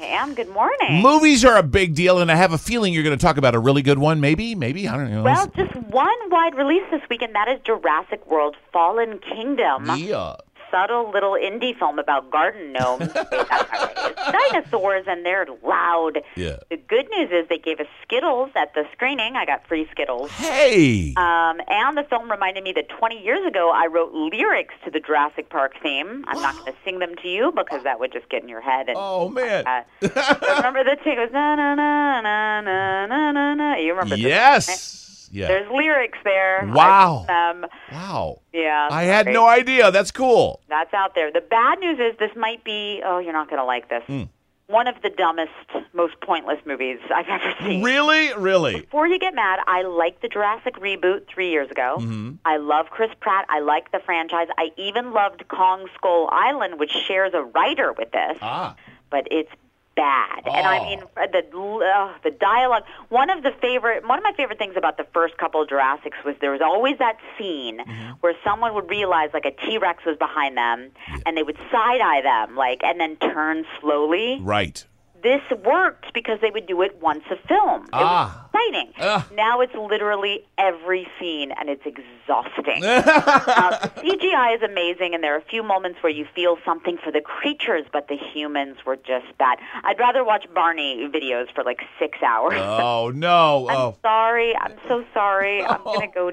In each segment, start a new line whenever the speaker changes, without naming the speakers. am. Good morning.
Movies are a big deal, and I have a feeling you're going to talk about a really good one. Maybe, maybe I don't know.
well, just one wide release this weekend. That is Jurassic World Fallen Kingdom.
yeah.
Subtle little indie film about garden gnomes. That's not right. It's dinosaurs, and they're loud.
Yeah.
The good news is they gave us Skittles at the screening. I got free Skittles.
Hey.
Um, and the film reminded me that 20 years ago I wrote lyrics to the Jurassic Park theme. I'm not going to sing them to you because that would just get in your head. And
oh man.
uh, but remember the thing goes na na na na na na na na. You remember? this, right?
yes. Yeah.
There's lyrics there. I've
Wow.
written them.
Wow.
yeah.
I had
sorry.
no idea. That's cool.
That's out there. The bad news is this might be. Oh, you're not going to like this.
Hmm.
One of the dumbest, most pointless movies I've ever seen.
Really, really.
Before you get mad, I liked the Jurassic reboot three years ago.
Mm-hmm.
I love Chris Pratt. I like the franchise. I even loved Kong Skull Island, which shares a writer with this,
Ah.
but it's bad. And
Oh.
I mean, the uh, the dialogue. One of the favorite, one of my favorite things about the first couple of Jurassics was there was always that scene where someone would realize like a T Rex was behind them, and they would side eye them like, and then turn slowly
Right.
this worked because they would do it once a film. It
Ah.
was exciting.
Ugh.
Now it's literally every scene, and it's exhausting. Uh, the CGI is amazing, and there are a few moments where you feel something for the creatures, but the humans were just bad. I'd rather watch Barney videos for like six hours.
Oh no.
I'm
Oh.
sorry. I'm so sorry. I'm gonna go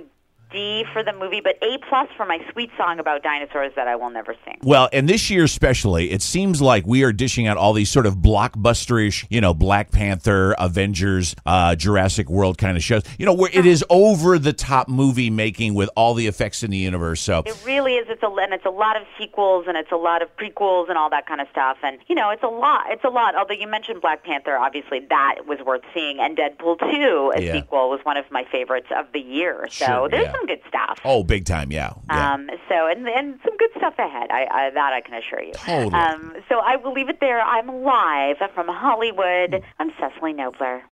D for the movie, but A plus for my sweet song about dinosaurs that I will never sing.
Well, and this year especially, it seems like we are dishing out all these sort of blockbusterish, you know, Black Panther, Avengers, uh, Jurassic World kind of shows. You know, where it is over the top movie making with all the effects in the universe. So
It really is. It's a and it's a lot of sequels and it's a lot of prequels and all that kind of stuff. And you know, it's a lot. It's a lot. Although you mentioned Black Panther, obviously that was worth seeing, and Deadpool two, a
Yeah.
sequel, was one of my favorites of the year. So
Sure,
there's
yeah.
some good stuff.
Oh, big time, yeah. yeah.
Um, so and and some good stuff ahead. I, I that I can assure you.
Totally. Mm.
Um, so I will leave it there. I'm live from Hollywood. I'm Cecily Nobler.